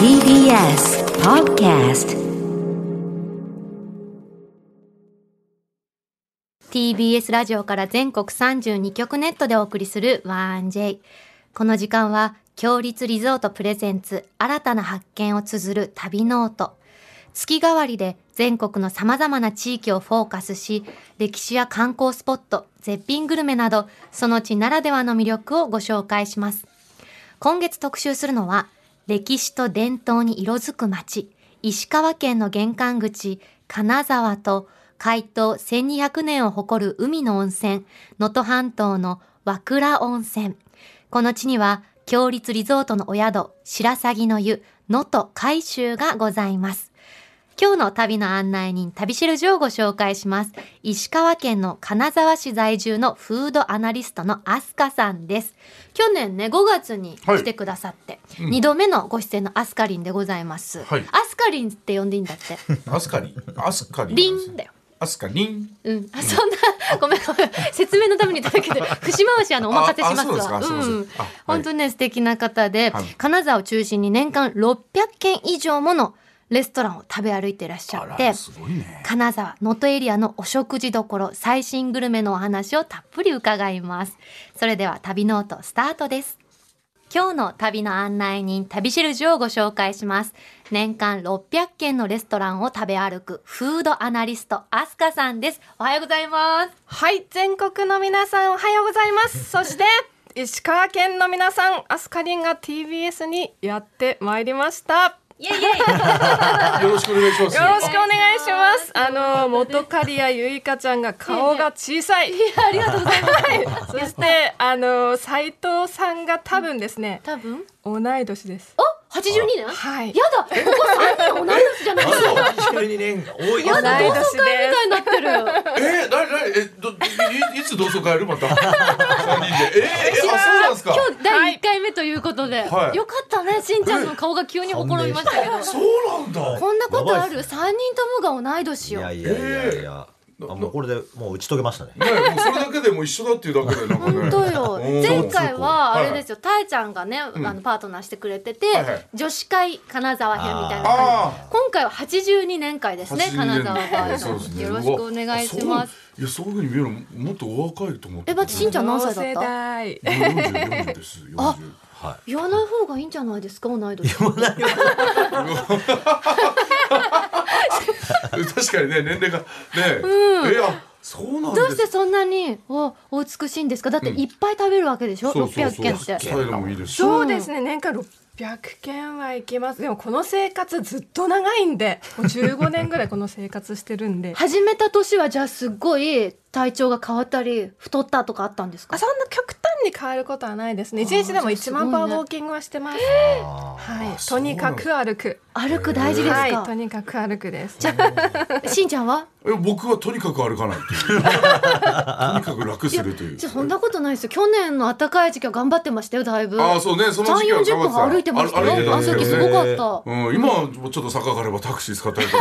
TBS Podcast TBS ラジオから全国32局ネットでお送りする 1J。この時間は、強立リゾートプレゼンツ新たな発見を綴る旅ノート。月替わりで全国の様々な地域をフォーカスし、歴史や観光スポット、絶品グルメなど、その地ならではの魅力をご紹介します。今月特集するのは、歴史と伝統に色づく街、石川県の玄関口、金沢と、開湯1200年を誇る海の温泉、能登半島の和倉温泉。この地には、強立リゾートのお宿、白鷺の湯、能登海舟がございます。今日の旅の案内人、旅しるじをご紹介します。石川県の金沢市在住のフードアナリストのアスカさんです。去年ね、5月に来てくださって、2度目のご出演のアスカリンでございます。はいアスカリンって呼んでいいんだって。アスカリンアス カリンリンだよ。アスカリンうん、あそんな、ごめんごめん、説明のためにいただけ て、節回しあのお任せしますわ。ああそうですかすいませんんあはい、本当にね、素敵な方ではい、金沢を中心に年間600軒以上ものレストランを食べ歩いていらっしゃあってら。すごいね金沢能登エリアのお食事どころ最新グルメのお話をたっぷり伺いますそれでは旅ノートスタートです今日の旅の案内人旅しるじをご紹介します年間600軒のレストランを食べ歩くフードアナリストアスカさんですおはようございますはい、全国の皆さんおはようござい ます。そして石川県の皆さん、アスカリンが TBS にやってまいりました。イエイイエイよろしくお願いしますよろしくお願いします。あの元カリアゆいかちゃんが顔が小さい。ありがとうございますそしてあの斉藤さんが多分ですね、多分同い年です。お82年はい。やだここ3人同い年じゃないですか12年が多い同いな同窓会み年でたいになってるえー、なになにえどいいつ同窓会やるまた三人でえー、えあそうなんですか今日第1回目ということで、はいよかったねしんちゃんの顔が急にほころびましたけ どそうなんだこんなことあやばいる3人ともが同い年いよやいやいやいや、あもうこれでもう打ち解けましたねねもうそれだけでもう一緒だっていうだけでなんかね 本当ようん前回はあれですよたえちゃんがね、んあのパートナーしてくれてて、はいはい女子会金沢編みたいな感ああじ今回は82年会ですね82金沢年会そうの、ですねよろしくお願いしますうわあそういやそういうふうに見えるのもっとお若いと思ってえ待ってしんちゃん何歳だった代。四十四十です四あ十言わない方がいいんじゃないですか同い年確かにね年齢がね、えーあそうなんですどうしてそんなにおお美しいんですかだっていっぱい食べるわけでしょ、そうそう600そう件ってスタイルもいいですしそうですね、年間600件は行きます。でもこの生活ずっと長いんで、もう15年ぐらいこの生活してる んで。始めた年はじゃあすっごい体調が変わったり太ったとかあったんですかあそんな極端に変わることはないですね。一日でも1万歩ウォーキングはしてます。はい、とにかく歩く。歩く大事ですか、はい、とにかく歩くです。じゃ しんちゃんはえ僕はとにかく歩かないという とにかく楽するというじゃあそんなことないですよ去年の暖かい時期は頑張ってましたよだいぶああそうねその時期3は4 0頑張分歩いてました歩いてよたあんのですけ時どすねごかった、うん、今はちょっと坂があればタクシー使ったりと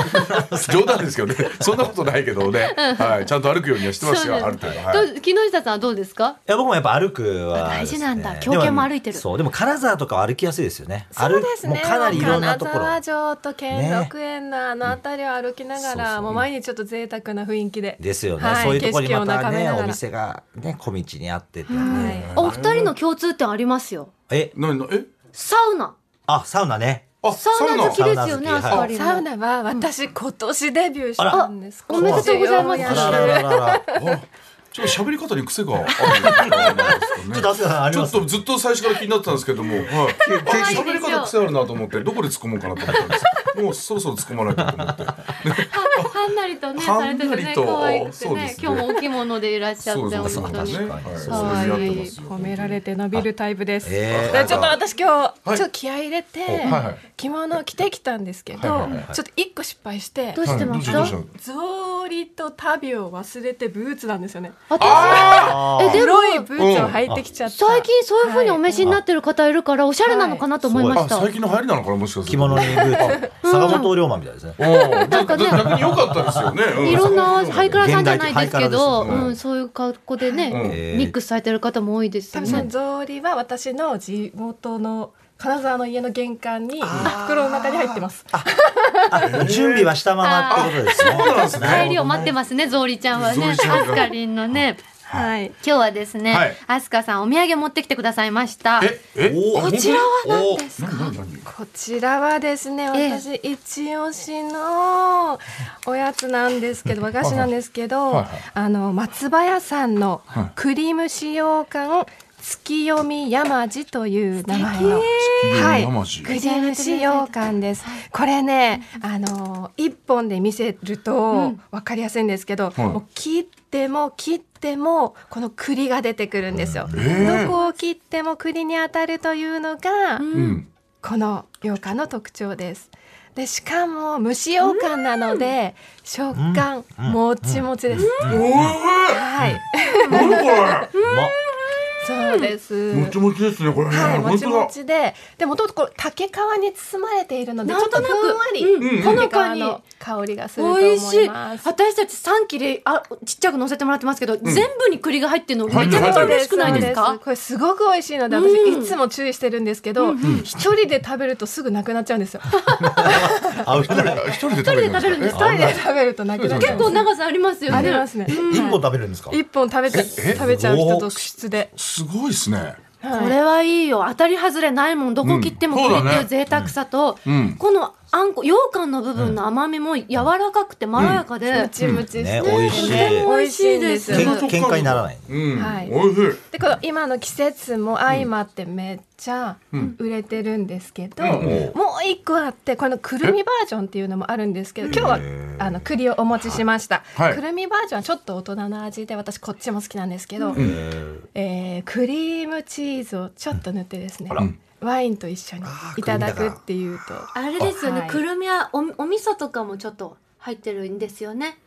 か冗談ですけどねそんなことないけどね、はい、ちゃんと歩くようにはしてますよそうあなんるです程度、どはうい、木下さんはどうですかいや僕もやっぱ歩くは大ですね、事なんだ狂犬も歩いてるでそうでも金沢とかは歩きやすいですよねそうですね。歩もうかなりいろんなところ金沢城と兼六園のあの辺りを歩きながそうら、そうもう毎日ちょっと贅沢な雰囲気で。ですよね、はいそういうところにま景色たを眺めねながらお店がね小道にあってて、はい。お二人の共通点ありますよえなになえサウナあサウナねあサウナ好きですよねサアスパウナ好きリンサウナは私今年デビューしたんです。あらおめでとうございますあらららららあちょっと喋り方に癖があるんじゃないですかねちょっと汗がありちょまっすねとずっと最初 から気になってたんですけども、はい、いですよ喋り方癖あるなと思ってどこで突っ込もうかなと思ったんですけどもうそろそろ突っ込まないとと思ってはんなりとねはんされててはんなねりと可愛くてそうねですね今日もお着物でいらっしゃってそうそうそう本当に確かにはいそうそういうふうにやってますよ褒められて伸びるタイプです。えーでちょっと私今は日いちょっと気合い入れてはいはい着物を着てきたんですけど、ちはいはいょっと一個失敗してどうしてましたはいどうしたどうし草履と旅を忘れてブーツなんですよね。あえでも黒いブーツを履いてきちゃった。最近そういうふうにお召しになってる方いるからおしゃれなのかなと思いまたあした、最近の流行りなのかなもしかすると着物にブーツ坂本龍馬みたいですねおーなんかねだだ逆に良かったですよね、ういろんなハイカラさんじゃないですけど、現代的ハイカラですねうん、そういう格好でね、うんえーミックスされてる方も多いです多よ分そねの。草履は私の地元の金沢の家の玄関に袋の中に入ってます。あ準備はしたままってことですね。そうなんですね帰りを待ってますね、ゾウリちゃんはゾウね。リちゃんアがスカリンのね。はい。今日はですね、はいアスカさんお土産持ってきてくださいました。え、え、おこちらは何です何何何こちらはですね、ええ私一押しのおやつなんです けど、和菓子なんですはけいはいはどいはい、あの松葉屋さんのはいクリーム使用缶月読み山路という名前の。はい、山路クリーム使用感です。これね、あの一本で見せるとわかりやすいんですけど、はいもう切っても切ってもこの栗が出てくるんですよ。ええどこを切っても栗に当たるというのが、うん。この羊羹の特徴です。でしかも蒸し羊羹なので食感もちもちです。おいはい、何こそうです。れ。もちもちですねこれね。はい、も本ち当もだ。ちで、でもともとこう竹皮に包まれているので、ちょっとふんわり、うんほほののかかにに香りがすると思美味しいいます。私たち3切れあちっちゃく乗せてもらってますけど、全部に栗が入ってるのめ入ちってゃるくちゃ入ってる嬉しくないですそうかこれすごく美味しいので、私いつも注意してるんですけど、一人で食べるとすぐなくなっちゃうんですよ。あ、一人一人で食べるんで一すか人で食べるんです一人で食べるとなくなっちゃ結うんです構。長さありますよねありますね。一本食べるんですか。一本食べちゃ食べちゃう人続出で。すごいですね。はいこれはいいよ当たり外れないもんどこ切ってもうん栗ってそういだうね贅沢さと、うんこのあんこ羊羹の部分の甘みも柔らかくてまろやかで、ムチムチして、ね美味しい美味しいんですよ。喧喧嘩にならない。うん。はいおいしい。でこの今の季節も相まってめっちゃ売れてるんですけど、うんもう一個あってこのくるみバージョンっていうのもあるんですけど今日はあの栗をお持ちしました、はいくるみバージョンはちょっと大人の味で私こっちも好きなんですけど、えークリームチーズをちょっと塗ってですね、ワインと一緒にいただくっていうとあれですよね、はいくるみはおお味噌とかもちょっと入ってるんですよね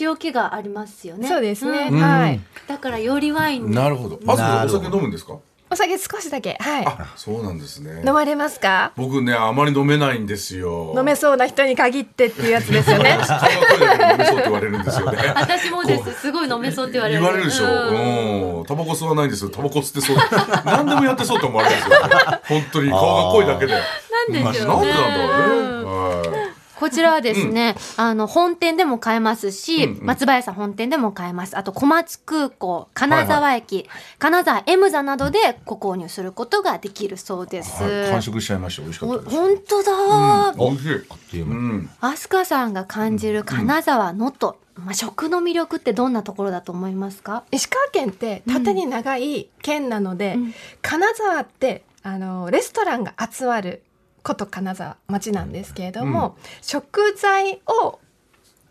塩気がありますよねそうですね、うんはいだからよりワインになるほど。あずさんなるおほど酒飲むんですか。お酒少しだけはいあ、そうなんですね。飲まれますか僕ねあまり飲めないんですよ。飲めそうな人に限ってっていうやつですよね人の声だけで飲めそうって言われるんですよね。私もですすごい飲めそうって言われる言われるでしょ。うん。タバコ吸わないんですよ。タバコ吸ってそう。 何でもやってそうって思われるんですよ。本当に顔が濃いだけで。なんですよねなんでなんだろうね。はいこちらはですね、あの本店でも買えますし、松林さん本店でも買えますあと小松空港金沢駅、金沢 M 座などでご購入することができるそうです、はい。完食しちゃいました。美味しかおったです。本当だー、美味しい。っていうう。ん。アスカさんが感じる金沢能登、まあ、食の魅力ってどんなところだと思いますか石川県って縦に長い県なので、うん金沢ってあのレストランが集まること金沢町なんですけれども、食材を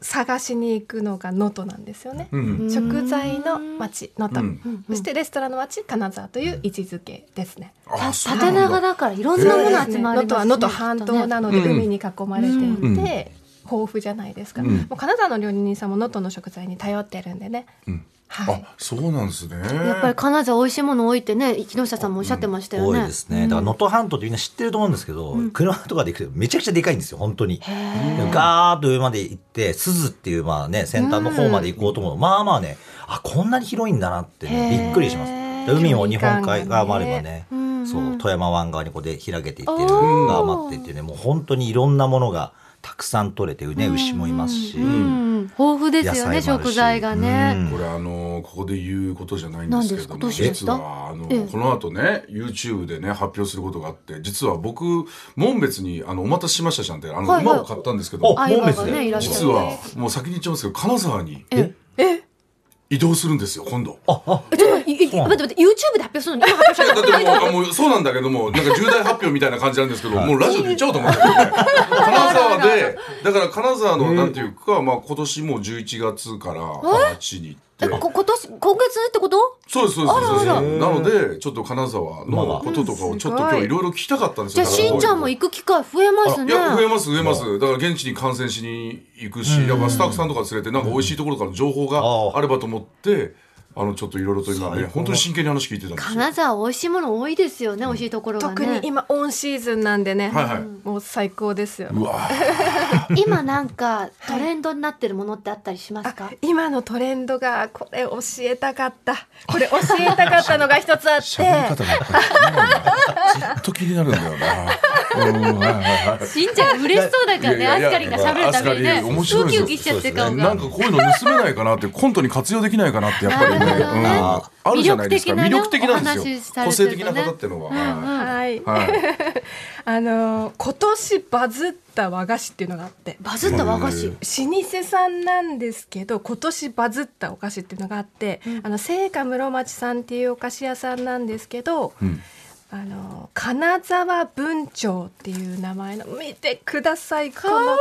探しに行くのが能登なんですよね。うん。食材の町能登、うんうんそしてレストランの町金沢という位置づけですね。あ、そう縦なん長だ。だからいろんなもの集ま能りますね登は能登半島なのできっとね海に囲まれていて、うん豊富じゃないですか、うんもう金沢の料理人さんも能登の食材に頼ってるんでね、うんはい、あ、そうなんですね。やっぱり金沢美味しいもの多いってね木下さんもおっしゃってましたよ多ね、いですね。だから能登半島ってみんな知ってると思うんですけど、車とかで行くとめちゃくちゃでかいんですよ、本当に。ガーッと上まで行って、鈴っていうまあね、先端の方まで行こうと思う。まあまあね、あ、こんなに広いんだなってね、びっくりします。で海も日本海側もあればね、そう、富山湾側にこうで開けていってる側もあってっていうね、もう本当にいろんなものがたくさん取れてるね、牛もいますし。うん、豊富ですよね野菜もあ食るし材がね、うんこれあのここで言うことじゃないんですけれ何ですどもかどうし実ましたはあの、ええこの後ね YouTube でね発表することがあって実は僕門別にあのお待たせしましたじゃんってあの、はいはい馬を買ったんですけどあ相葉が紋別ねでいらっしゃ実るはもう先に言っちゃいますけど金沢にえ移動するんですよ今度。あ、あ、えちょっといいそうな待って待って YouTube で発表するのに今発表しだってもうあもうそうなんだけどもなんか重大発表みたいな感じなんですけどもうラジオで言っちゃおうと思ったけど ね金沢でだから金沢のなんていうか、まあ、今年もう11月からあっちに行って。 たえこ今年今月ってことそうですそうですそうですあらあらなのでちょっと金沢のこととかをちょっと今日いろいろ聞きたかったんですじゃよあしんちゃんもい行く機会増えますねや増えます増えますだから現地に観戦しに行くしやっぱスタッフさんとか連れてなんか美味しいところから情報があればと思ってああのちょっといろいろと今ね最高本当に真剣に話聞いてたんですよ金沢美味しいもの多いですよね、美味しいところがね特に今オンシーズンなんでね、はいはいもう最高ですようわ今なんかトレンドになってるものってあったりしますか、あ今のトレンドがこれ教えたかったこれ教えたかったのが一つあ っ喋り方てがやっぱりずっと気になるんだよ な。うんはいはいはいしんちゃん嬉しそうだからいねやアいスやカリンが喋るためにねアスカリン面白いウですキよウキしちゃってる顔なが、んかこういうの盗めないかなってコントに活用できないかなってやっぱりね、なるほどうん、ねあるじゃないですか魅魅力力的的なねなんでお話しすさよれ個て性るとね的な方っていうのは、はい、はいあの今年バズった和菓子っていうのがあってバズった和菓子、うん老舗さんなんですけど今年バズったお菓子っていうのがあって、あの聖火室町さんっていうお菓子屋さんなんですけど、 うんあの金沢文鳥っていう名前の見てくださいこの可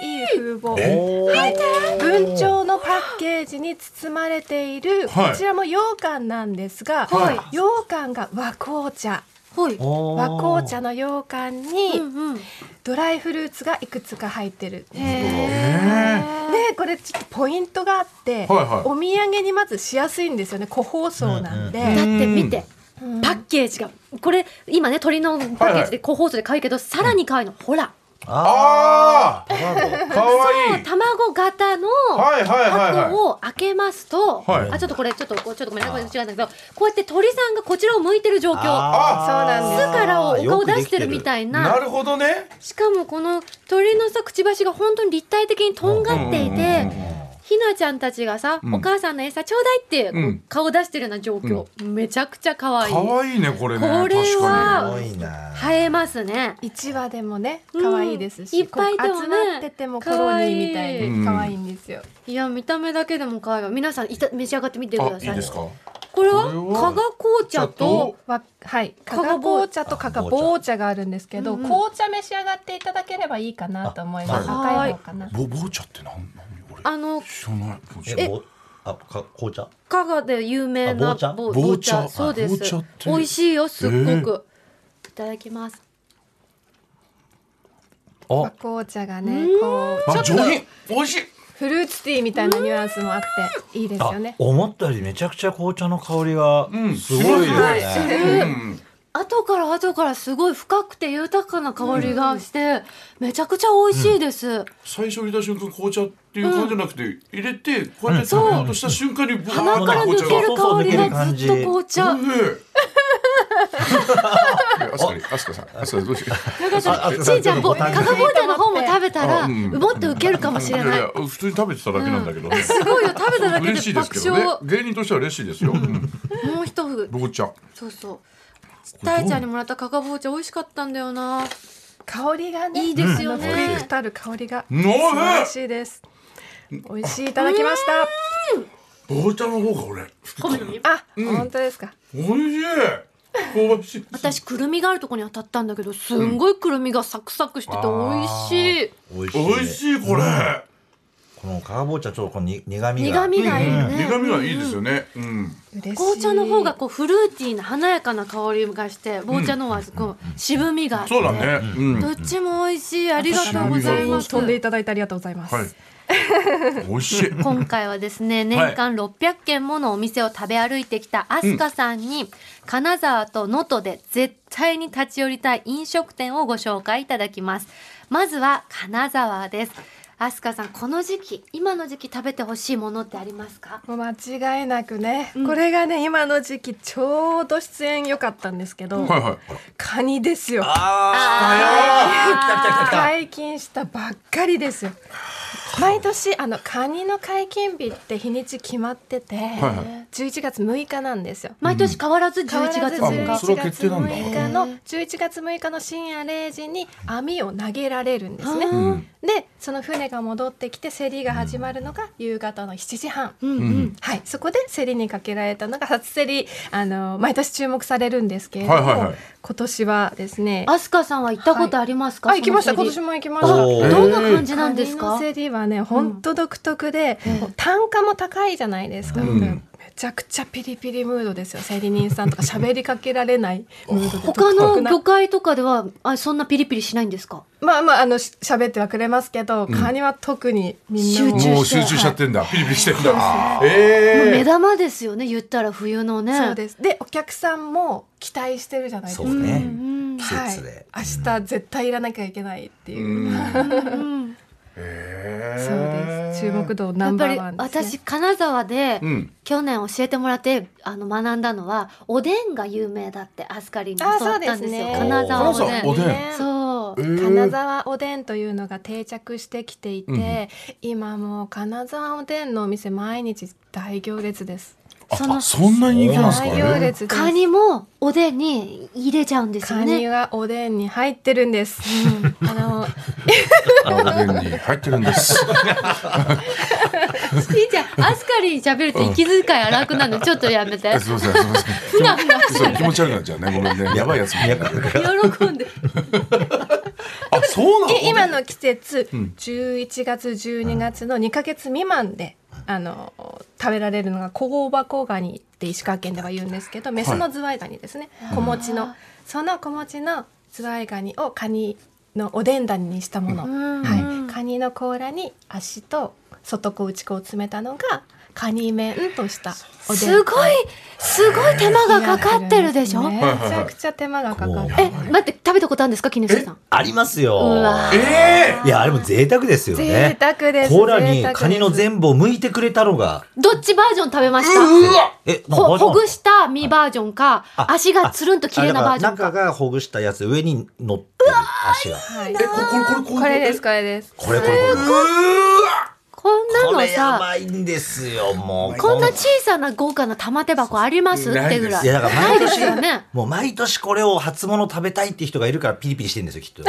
愛い風貌文鳥のパッケージに包まれている、はいこちらも羊羹なんですが、はい羊羹が和紅茶はい和和紅茶の羊羹にうんうんドライフルーツがいくつか入ってるへでこれちょっとポイントがあって、はいはいお土産にまずしやすいんですよね個包装なんで、うんーだって見てうんパッケージがこれ今ね鳥のパッケージで個包装で買うけど、さらに可愛いのほらああーあかわいい卵型のはいはいはいはい箱を開けますと、はいあちょっとこれちょっとこうちょっとごめんなさい違うんだけどこうやって鳥さんがこちらを向いてる状況あ巣ーからをお顔出してるみいたいななるほどねしかもこの鳥のさくちばしが本当に立体的にとんがっていて、ひなちゃんたちがさ、うんお母さんの餌ちょうだいってこううん顔出してるような状況、めちゃくちゃ可愛いかわいいねこれねこれ確はかすごいな映えますね1話でもねうん可愛いですし、いっぱいいてもねこう集まっててもコロニーみた可い愛いに可愛いんですよ、いや見た目だけでも可愛いわ皆さんいた召し上がってみてくだにさあいいですかこれはこれは加賀紅茶とわはい加加賀賀紅紅茶と加賀あ紅茶棒茶があるんですけど、うんうん紅茶召し上がっていただければいいかなと思いますあ赤い方かなぼぼうちゃってなんなん俺あの知らないえぼあか紅茶加賀で有名なあ棒茶ぼ棒棒茶茶そうで棒す茶って美味しいよすっごえく、いただきます和あ紅茶がねこうあ上品美味しいフルーツティーみたいなニュアンスもあっていいですよね思ったよりめちゃくちゃ紅茶の香りがうんすごいよはね。うん後から後からすごい深くて豊かな香りがして、めちゃくちゃ美味しいです、最初入れた瞬間紅茶っていう感じじゃなくて入れてこうやって食べようとした瞬間にブワー鼻ッからと抜紅茶がける香りがずっと紅茶ねえ。アスカリ、アスカさん、アスカどうしよあちいちゃんぼ加賀紅茶の方も食べたらあうんもっとウケるかう。もしれないやや普通に食べてただけなんだけどね。すごいよ食べただけ嬉しでいです爆けどね笑。芸人としては嬉しいですよ。うんもう一ふ紅茶。そうそうたいちゃんにもらった加賀紅茶美味しかったんだよな香りがねいいですよねあの深くたる香りがうん素晴らしいです美味しいいただきました紅茶の方が俺好きかな。あ、本当ですか美味しい。香ばしい。私くるみがあるとこに当たったんだけどすんごいくるみがサクサクしてて美味しい美味しい。美味しいこれ。このカーボーチャちょっとこのに苦味が。苦味がいいね苦味がいいですよね。うん。嬉しい紅茶の方がこうフルーティーな華やかな香りがして紅茶の方はこう渋みがあってそうだね。うん。どっちも美味しいありがとうございます飛んでいただいてありがとうございます、はい。美味しい。今回はですね年間600軒ものお店を食べ歩いてきたアスカさんに、金沢と能登で絶対に立ち寄りたい飲食店をご紹介いただきますまずは金沢ですアスカさんこの時期今の時期食べてほしいものってありますかもう間違いなくね、これがね今の時期ちょうど出演良かったんですけど、はいはい。カニですよ解禁したばっかりですよ毎年あのカニの解禁日って日にち決まってて、は11月6日なんですよ毎年変わらず11月変わ6ら日ずそれは決定なんだ11月6日の11月6日の深夜0時に網を投げられるんですね、うん。でその船が戻ってきて競りが始まるのが夕方の7時半、うんうんはい、そこで競りにかけられたのが初競りあの毎年注目されるんですけれども、はいはいはい今年はですねアスカさんは行ったことありますか、あ行きましたそ今の年競も行きましたおーりどんな感じカなんニですかの競りはね本当独特で、もう単価も高いじゃないですか、んめちゃくちゃピリピリムードですよ生理人さんとか喋りかけられないムードで他の独特な魚介とかではあそんなピリピリしないんですかまあまああのし喋ってはくれますけど、カニは特にみんなも集中もう集中しちゃってんだ、ピリピリしてんだえもうえ目玉ですよね言ったら冬のねそうですでお客さんも期待してるじゃないですそか、うね。うん季は節いで。、明日絶対いらなきゃいけないっていう、うんうんへそうえです注目度ナやっンぱバーりワンです、ね、私金沢でうん去年教えてもらってあの学んだのはおでんが有名だってアスカリンに教わったんですよあそうですね金沢お金で沢んおでんそう金沢おでんというのが定着してきていて、今もう金沢おでんのお店毎日大行列ですそのあそんなに人気なんですか大行ね列ですカニもおでんに入れちゃうんですよカニねがおでんに入ってるんです、あのあおでんに入ってるん ですいいじゃんアスカリン喋ると息遣い荒くなるのちょっとやめて えすいませんすいませんふなふなしそう気持ち悪くなっちゃうねごめん ねやばいやつみたいなて喜んであそうなのい今の季節、ん11月12月の2ヶ月未満で、あの食べられるのが小箱ガニって石川県では言うんですけどメスのズワイガニですね、子持ちのその子持ちのズワイガニをカニのおでん種にしたもの、んはい、カニの甲羅に足と外子内子を詰めたのがカニ麺としたおでんすごいすごい手間がかかってるでしょめちゃくちゃ手間がかかってるえ待って食べたことあるんですか絹さんありますうよ。わええいや、あれも贅沢ですよ贅。ね沢ですコーラ贅に沢ですカニの全部を剥いてくれたのが。どっちバージョン食べましたえ、なんかほバージョほンぐした身バージョンかあ足がつるんと綺麗なバージョンあだからか中がほぐしたやつ、上に乗ってる足が。はいえここれこれこれですかこれですこれこれこれ。うわこんなこのれやさばいんですよ、もう。こんな小さな豪華な玉手箱ありますっないでてすぐらいいや、だからない毎です年よね、もう毎年これを初物食べたいって人がいるからピリピリしてるんですよ、 きっと。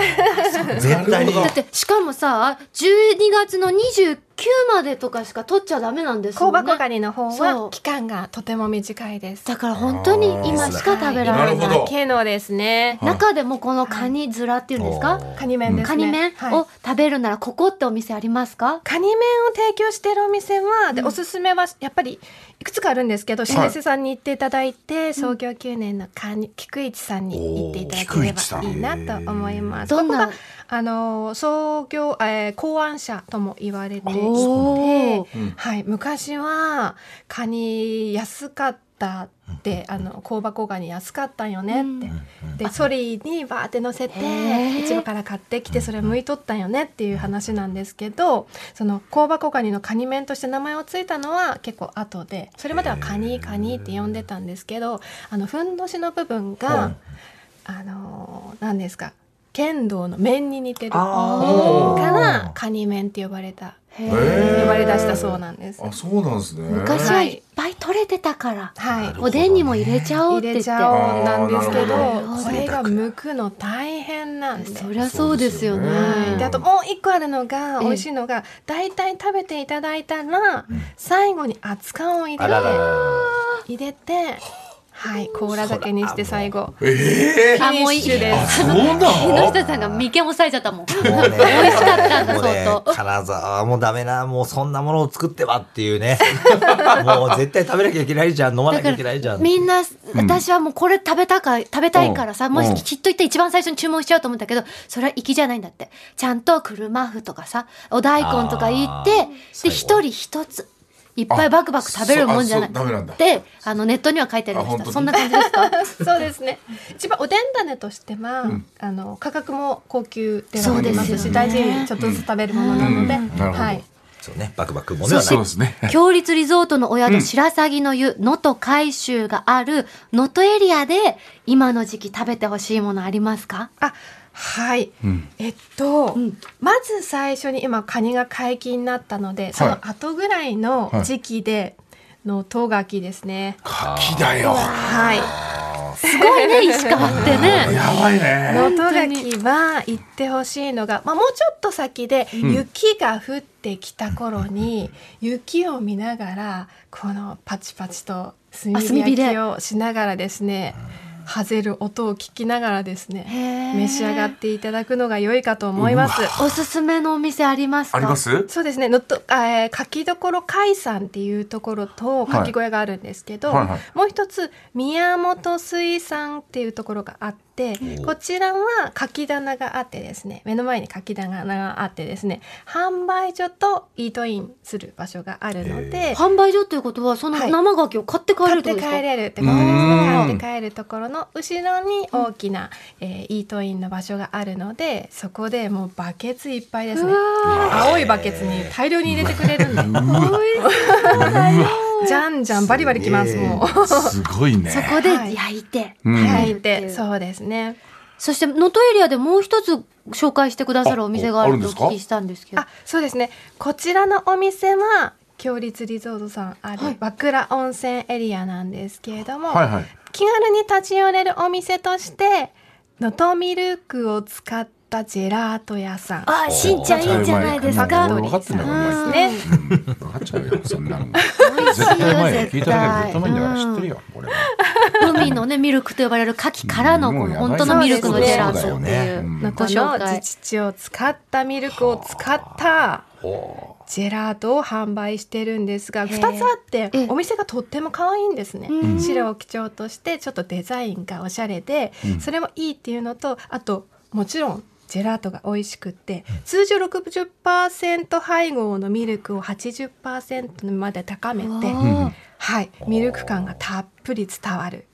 絶対に。なだるってしかもさ12月の29までとかしか取っちゃダメなんです香よね箱ガニの方そうは期間がとても短いです。だから本当に今しか食べらなれるほないどけのですね。中でもこのカニ面っていうんですか、おーカニ麺ですね。カニ麺はいを食べるならここってお店ありますか、カニ麺を提供してるお店は、で、おすすめは、やっぱり、いくつかあるんですけど、老舗さんに行っていただいて、創業9年のカニ、菊市さんに行っていただけおーれ菊市さんばいいなと思います。どんなここがあのー、創業、えー考案者とも言われていおてー、はい、昔は、カニ安かったって、あの、香箱ガニ安かったんよねって。でソリにバーって乗せてへー一応から買ってきてそれ剥いとったんよねっていう話なんですけどその香箱ガニのカニ麺として名前をついたのは結構後でそれまではカニカニって呼んでたんですけどあのふんどしの部分が、あのー何ですか剣道の面に似てるかあーらカニ麺って呼ばれたへーー呼ばれ出したそうなんです。あそうなんですね昔はいっぱい取れてたから、はいおでんにも入れちゃおうっ入て言れっちてゃおうなんですけどあーなるほどこれが剥くの大変なんですそりゃそうですよねそうであともう一個あるのがええ美味しいのが大体食べていただいたら最後に熱燗を入あらられら。て入れてはい甲羅酒にして最後ええあもういいフィニッシュ ですそうなの木下さんが眉間押さえちゃった もんもうね、美味しかったんだ相当金沢はもうダメな、もうそんなものを作ってはってい うね。もう絶対食べなきゃいけないじゃん、飲まなだきかゃいけないじゃらん。みんな私はもうこれ食べたか食べたいからさうんもうんしきっと言って一番最初に注文しちゃうと思うんだけどそれは粋じゃないんだってちゃんと車麩とかさお大根とか言ってあーで最後一人一ついっぱいバクバク食べるもんじゃないあそうあそうダメなんだであのネットには書いてありまあし本た当そんな感じですかそうですね一番おでん種としてはあの価格も高級ではありまそうすですよねし大事にちょっとずつ食べるものなのでうんなるほどはいそうね、バクバクもそではしない。ですね て強立リゾートのお宿白鷺の湯能登海州がある能登エリアで今の時期食べてほしいものありますかあはい、んえっと、んまず最初に今カニが解禁になったのでその後ぐらいの時期での唐ガキですね牡蠣だよはい、すごいね石川って ねやばいね能登滝は行ってほしいのが、まあ、もうちょっと先で雪が降ってきた頃に、雪を見ながらこのパチパチと炭あ炭火火で焼きをしながらですねハゼる音を聞きながらですねへー召し上がっていただくのが良いかと思います。おすすめのお店ありますかありますそうですねのと、えー、かきどころ海産っていうところとはいかき小屋があるんですけど、はいはいもう一つ宮本水産っていうところがあっておこちらはかき棚があってですね目の前にかき棚があってですね販売所とイートインする場所があるので。販売所っていうことはそのはい生ガキを買って帰る買っっててことですか、帰れるってことですうねーん買って帰るところの後ろに大きな、えーイートインの場所があるのでそこでもうバケツいっぱいですね青いバケツに大量に入れてくれるんでじゃんじゃんバリバリきますもう。すごいねそこではい焼いて、うんはい、うで、んそうですね。そして能登エリアでもう一つ紹介してくださるお店があるとお聞きしたんですけどあ、そうですね。こちらのお店は強立リゾートさんあるはい和倉温泉エリアなんですけれども、はいはい気軽に立ち寄れるお店として能登ミルクを使ったジェラート屋さん。あしんちゃんいいんじゃないですかう分かってんだからおね、前うん分かっちゃうよそんなの美味しいよ絶対うまいよ聞い絶ただ対けで絶対うまいんだから知ってるよ俺はうん海のねミルクと呼ばれる牡蠣からのこもうのやばい本当のミルクのジェラートそうっだていよねううのん能ご登紹の介自治地を使ったミルクを使ったおジェラートを販売してるんですへがえ2つあってええお店がとっても可愛いんですねうん白を基調としてちょっとデザインがおしゃれでうんそれもいいっていうのとあともちろんジェラートが美味しくって通常60%配合のミルクを80%まで高めてう、わはい、ミルク感がたっぷり伝わる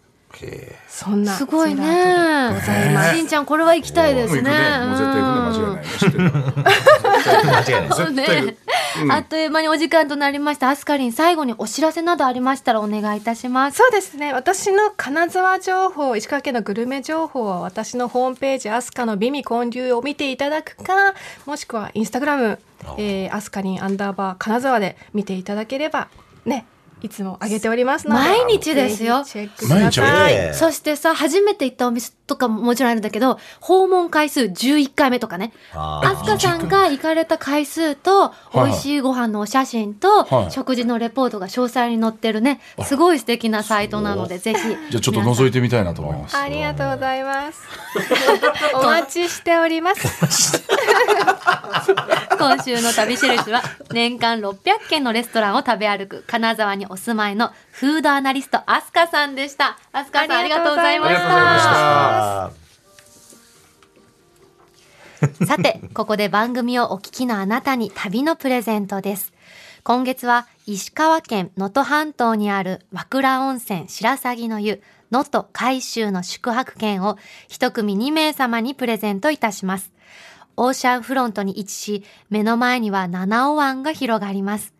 そんあなすごいジェラねートでございますしんちゃんこれは行きたいですねもう行くねもう絶対行くね間違いない知ってるよ間違いないです。そうねうんあっという間にお時間となりました。アスカリン、最後にお知らせなどありましたらお願いいたします。そうですね私の金沢情報石川県のグルメ情報は私のホームページ「アスカの美味建立」を見ていただくかもしくはインスタグラムあ「えー、アスカリンアンダーバー金沢」で見ていただければねいつも上げておりますので毎日ですよぜひチェックください毎日そしてさ、初めて行ったお店とかももちろんあるんだけど、訪問回数11回目とかね。あーアスカさんが行かれた回数と、美いはい味しいご飯のお写真と、はい食事のレポートが詳細に載ってるね、すごい素敵なサイトなので、ぜひ。じゃあちょっと覗いてみたいなと思いますありがとうございます お待ちしております今週の旅印は年間600軒のレストランを食べ歩く金沢にお住まいのフードアナリストアスカさんでしたアスカさんあありりががとうとうごござざいいままあしりがとうございましたあーさてここで番組をお聞きのあなたに旅のプレゼントです今月は石川県能登半島にある和倉温泉白鷺の湯能登海州の宿泊券を一組2名様にプレゼントいたしますオーシャンフロントに位置し目の前には七尾湾が広がります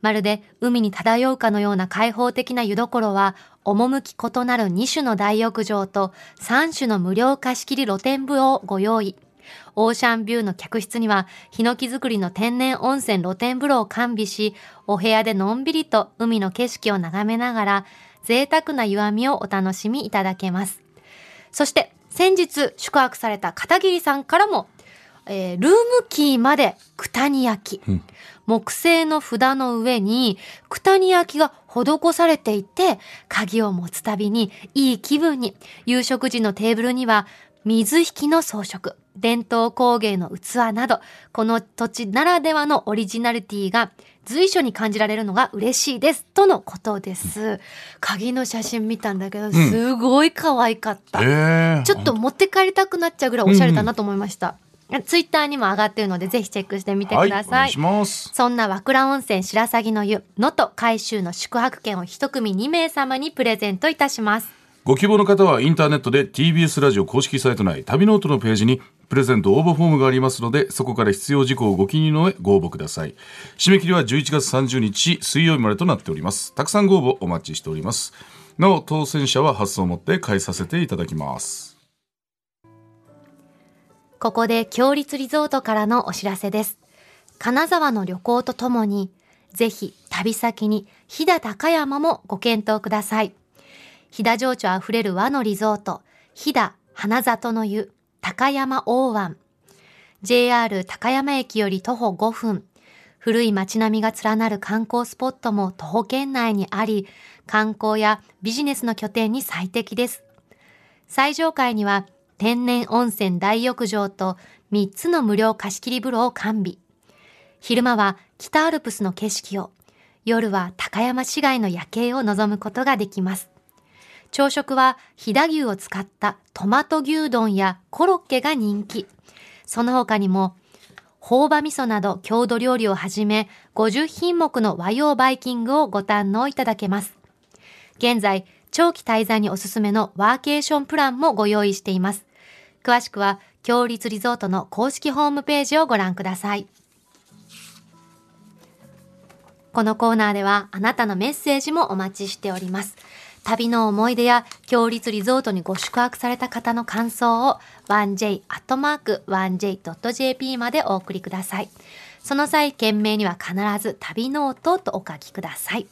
まるで海に漂うかのような開放的な湯どころは、趣異なる2種の大浴場と3種の無料貸し切り露天風呂をご用意。オーシャンビューの客室には、ヒノキ作りの天然温泉露天風呂を完備し、お部屋でのんびりと海の景色を眺めながら、贅沢な湯あみをお楽しみいただけます。そして、先日宿泊された片桐さんからも、えールームキーまで九谷焼き。木製の札の上に九谷焼が施されていて、鍵を持つたびにいい気分に、夕食時のテーブルには水引きの装飾、伝統工芸の器など、この土地ならではのオリジナリティが随所に感じられるのが嬉しいです、とのことです。鍵の写真見たんだけど、すごい可愛かった。ええちょっと持って帰りたくなっちゃうぐらいおしゃれだなと思いました。ツイッターにも上がってるので、ぜひチェックしてみてはくいおださ願いいし。ますそんな和倉温泉白鷺の湯、能登海州の宿泊券を一組2名様にプレゼントいたします。ご希望の方はインターネットで TBS ラジオ公式サイト内旅ノートのページにプレゼント応募フォームがありますのでそこから必要事項をご記入の上ご応募ください締め切りは11月30日水曜日までとなっておりますたくさんご応募お待ちしておりますなお当選者は発送をもって返させていただきますここで強立リゾートからのお知らせです。金沢の旅行とともに、ぜひ旅先に飛騨高山もご検討ください。飛騨情緒あふれる和のリゾート、飛騨花里の湯、高山大湾。JR 高山駅より徒歩5分。古い街並みが連なる観光スポットも徒歩圏内にあり、観光やビジネスの拠点に最適です。最上階には天然温泉大浴場と3つの無料貸切風呂を完備。昼間は北アルプスの景色を、夜は高山市街の夜景を望むことができます。朝食は飛騨牛を使ったトマト牛丼やコロッケが人気。その他にも、朴葉味噌など郷土料理をはじめ、50品目の和洋バイキングをご堪能いただけます。現在、長期滞在におすすめのワーケーションプランもご用意しています。詳しくは、強立リゾートの公式ホームページをご覧ください。このコーナーでは、あなたのメッセージもお待ちしております。旅の思い出や、強立リゾートにご宿泊された方の感想を、1j.1j.jp までお送りください。その際、件名には必ず旅ノートとお書きください。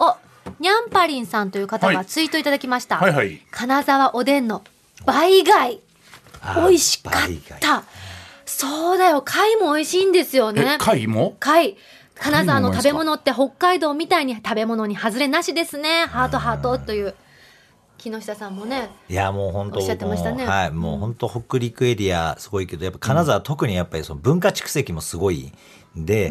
お、にゃんぱりんさんという方はがいツイートいただきました。はいはい金沢おでんの倍貝。あー美味しか倍っ貝た。そうだよ、貝も美味しいんですよえね。貝も貝。金沢貝もの美味食しべい物って北海道みたいに食べ物に外れなしですね。ハートハートという。木下さんもね。いやもう本お当っしゃってましたね僕もはい、もう本当北陸エリアすごいけどやっぱ金沢特にやっぱりその文化蓄積もすごいんで、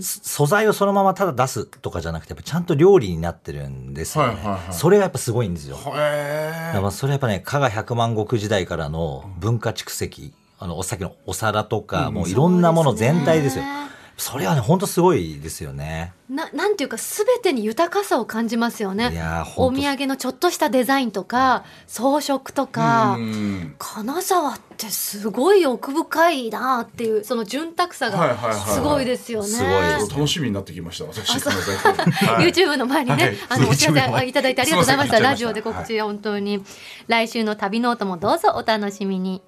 そ素材をそのままただ出すとかじゃなくてやっぱちゃんと料理になってるんですよね、はいはいはいそれがやっぱすごいんですよへだえからまあそれやっぱね加賀百万石時代からの文化蓄積あのお酒のお皿とか、もういろんなもの全体ですよそうですねそれはね本当すごいですよねななんていうか全てに豊かさを感じますよねいやーほおんと土産のちょっとしたデザインとか装飾とかうん金沢ってすごい奥深いなっていうその潤沢さはいはいがはいはいすごいですよね。すごいですね楽しみになってきました私金沢行くのはい YouTube の前にね、はいあのお知 YouTube のら前せいただいてありがとうございましすたいませんラジオで告知、本当に来週の旅ノートもどうぞお楽しみに